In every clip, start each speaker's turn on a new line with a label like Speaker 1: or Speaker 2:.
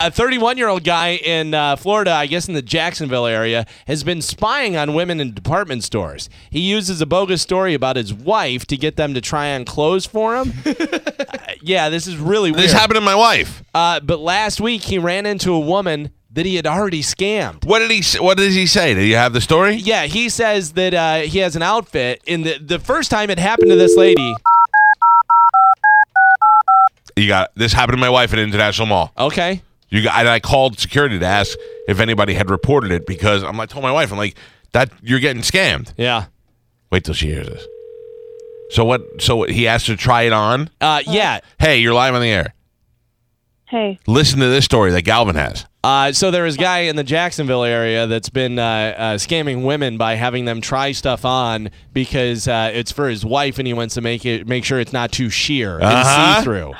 Speaker 1: A 31 year old guy in uh, Florida, I guess in the Jacksonville area, has been spying on women in department stores. He uses a bogus story about his wife to get them to try on clothes for him. Uh, yeah, this is really weird.
Speaker 2: This happened to my wife.
Speaker 1: Uh, but last week, he ran into a woman that he had already scammed.
Speaker 2: What did he? s- What does he say? Do you have the story?
Speaker 1: Yeah, he says that uh, he has an outfit. And the, the first time it happened to this lady,
Speaker 2: You got this happened to my wife at an international mall.
Speaker 1: okay,
Speaker 2: You got, and I called security to ask if anybody had reported it because I'm like, told my wife, I'm like, that you're getting scammed.
Speaker 1: yeah.
Speaker 2: Wait till she hears this. So what? So what, he asked her to try it on.
Speaker 1: Uh, yeah.
Speaker 2: Hey, you're live on the air.
Speaker 3: Hey,
Speaker 2: Listen to this story that Galvin has.
Speaker 1: Uh, so there was a guy in the Jacksonville area that's been uh, uh, scamming women by having them try stuff on because uh, it's for his wife, and he wants to make it make sure it's not too sheer and
Speaker 2: Uh-huh.
Speaker 1: see through.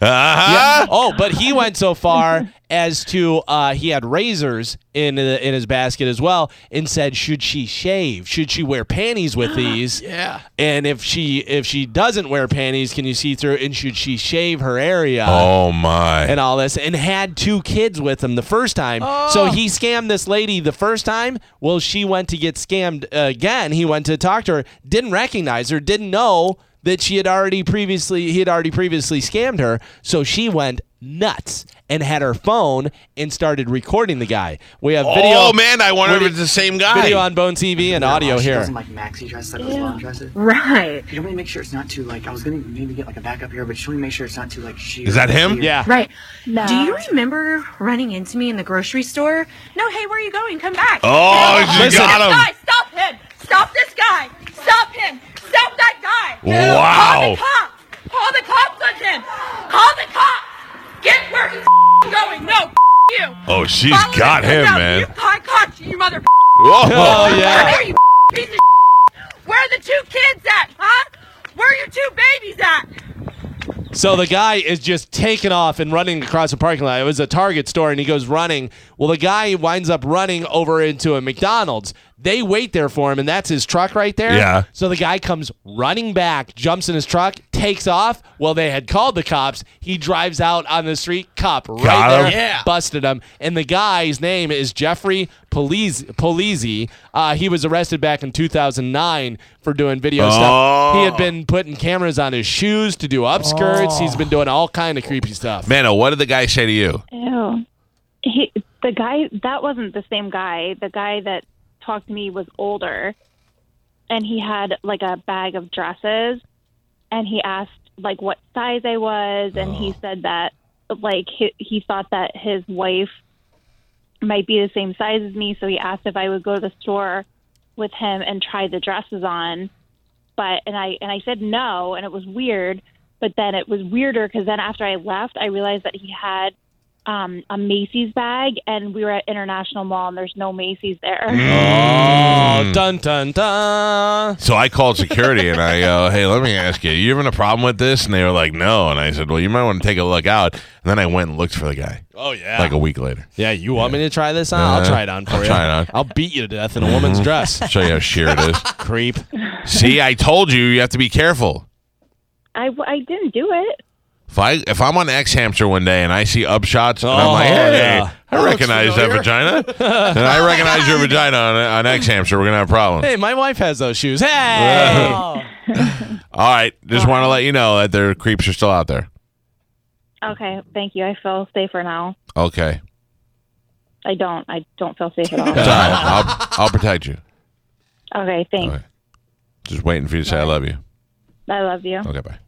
Speaker 2: Uh-huh.
Speaker 1: Oh, but he went so far as to uh, he had razors in the, in his basket as well, and said, "Should she shave? Should she wear panties with these? yeah. And if she if she doesn't wear panties, can you see through? And should she shave her area?
Speaker 2: Oh my!
Speaker 1: and all this and had two kids with him the first time.
Speaker 2: Oh.
Speaker 1: So he scammed this lady the first time. Well, she went to get scammed again. He went to talk to her, didn't recognize her, didn't know that she had already previously he had already previously scammed her. So she went nuts and had her phone and started recording the guy. We have video
Speaker 2: oh man, I wonder if
Speaker 1: video-
Speaker 2: it's the same guy.
Speaker 1: video on Bone TV and audio
Speaker 4: she
Speaker 1: here.
Speaker 4: doesn't like maxi dress like those long dresses.
Speaker 5: Right.
Speaker 4: You want me to make sure it's not too like I was gonna maybe get like a backup here, but she want me to make sure it's not too like she.
Speaker 2: Is that him?
Speaker 1: Yeah.
Speaker 5: Right.
Speaker 3: No.
Speaker 5: Do you remember running into me in the grocery store? No, hey, where are you going? Come back.
Speaker 2: Oh, she
Speaker 1: Listen.
Speaker 2: got him.
Speaker 5: Guys, stop him. Stop this guy. Stop him. Stop that guy.
Speaker 2: Wow.
Speaker 5: Call the cops. Call the cops on him. Call the cops. Get where he's going. No, f- you.
Speaker 2: Oh, she's
Speaker 5: Follow
Speaker 2: got
Speaker 5: this
Speaker 2: him,
Speaker 5: guy.
Speaker 2: man.
Speaker 5: You con- caught you, you mother.
Speaker 2: Whoa.
Speaker 1: Oh yeah.
Speaker 5: Where are you piece of Where are the two kids at, huh? Where are your two babies at?
Speaker 1: So the guy is just taking off and running across a parking lot. It was a Target store, and he goes running. Well, the guy winds up running over into a McDonald's. They wait there for him, and that's his truck right there.
Speaker 2: Yeah.
Speaker 1: So the guy comes running back, jumps in his truck, takes off. Well, they had called the cops. He drives out on the street. Cop right
Speaker 2: Got him.
Speaker 1: there, busted him. And the guy's name is Jeffrey Poliz- Polizzi. Uh, he was arrested back in 2009 for doing video stuff. He had been putting cameras on his shoes to do upskirts. He's been doing all kind of creepy stuff.
Speaker 2: Mano, oh, what did the guy say to you?
Speaker 3: Ew. He, the guy that wasn't the same guy. The guy that talked to me was older, and he had like a bag of dresses, and he asked like what size I was, and he said that like he, he thought that his wife might be the same size as me, so he asked if I would go to the store with him and try the dresses on. But and I and I said no, and it was weird. But then it was weirder because then after I left, I realized that he had um, a Macy's bag, and we were at International Mall, and there's no Macy's there.
Speaker 1: Oh, dun dun dun.
Speaker 2: So I called security and I go, hey, let me ask you, you having a problem with this? And they were like, no. And I said, well, you might want to take a look out. And then I went and looked for the guy
Speaker 1: Oh yeah.
Speaker 2: like a week later.
Speaker 1: yeah, you want me to try this on? I'll
Speaker 2: Uh,
Speaker 1: try it on for
Speaker 2: I'll
Speaker 1: you.
Speaker 2: try it on. Mm-hmm.
Speaker 1: I'll beat you to death in a woman's dress.
Speaker 2: Show you how sheer it is.
Speaker 1: Creep.
Speaker 2: See, I told you, you have to be careful.
Speaker 3: I, I didn't do it.
Speaker 2: If I if I'm on X Hamster one day and I see upshots and I'm
Speaker 1: Oh,
Speaker 2: like, hey,
Speaker 1: yeah. Oh,
Speaker 2: I recognize that vagina, and I recognize your vagina on, on X Hamster, we're gonna have a problem.
Speaker 1: Hey, my wife has those shoes. Hey.
Speaker 2: All right, just want to let you know that their creeps are still out there.
Speaker 3: Okay, thank you. I feel safer now.
Speaker 2: Okay,
Speaker 3: I don't. I don't feel safe at
Speaker 2: so
Speaker 3: all.
Speaker 2: I'll, I'll protect you.
Speaker 3: okay, thanks.
Speaker 2: Just waiting for you to say I love you.
Speaker 3: I love you.
Speaker 2: Okay, bye.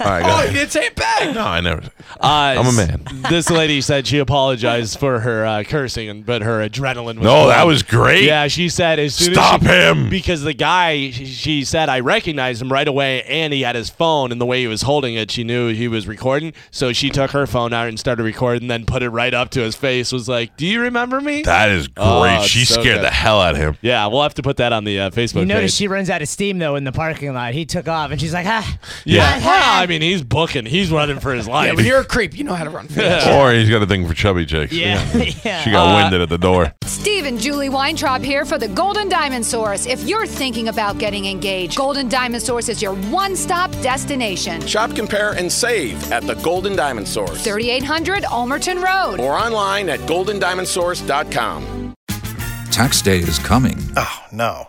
Speaker 2: All right,
Speaker 6: Oh,
Speaker 2: go
Speaker 6: you
Speaker 2: ahead.
Speaker 6: didn't say it back.
Speaker 2: No, I never.
Speaker 1: Uh, I'm
Speaker 2: a man.
Speaker 1: This lady said she apologized for her uh, cursing, and but her adrenaline was.
Speaker 2: No,
Speaker 1: going.
Speaker 2: that was great.
Speaker 1: Yeah, she said as soon
Speaker 2: Stop
Speaker 1: as she,
Speaker 2: him.
Speaker 1: because the guy she- she said I recognized him right away, and he had his phone, and the way he was holding it, she knew he was recording. So she took her phone out and started recording, then put it right up to his face. Was like, "Do you remember me?"
Speaker 2: That is great.
Speaker 1: Oh,
Speaker 2: she
Speaker 1: so
Speaker 2: scared
Speaker 1: good.
Speaker 2: the hell out of him.
Speaker 1: yeah, we'll have to put that on the uh, Facebook.
Speaker 7: You
Speaker 1: page.
Speaker 7: notice she runs out of steam though in the parking lot. He took off, and she's like, "Ah,
Speaker 1: Yeah,
Speaker 7: ah,
Speaker 1: well,
Speaker 7: ah."
Speaker 1: I mean, he's booking. He's running for his
Speaker 6: Yeah,
Speaker 1: life.
Speaker 6: when you're a creep, you know how to run fast.
Speaker 2: Or he's got a thing for chubby chicks.
Speaker 7: yeah, yeah."
Speaker 2: She
Speaker 1: Uh,
Speaker 2: got winded at the door.
Speaker 8: Steve and Julie Weintraub here for the Golden Diamond Source. If you're thinking about getting engaged, Golden Diamond Source is your one stop destination.
Speaker 9: Shop, compare, and save at the Golden Diamond Source
Speaker 8: 3800 Olmerton Road.
Speaker 9: or online at goldendiamondsource.com.
Speaker 10: Tax day is coming,
Speaker 6: Oh, no.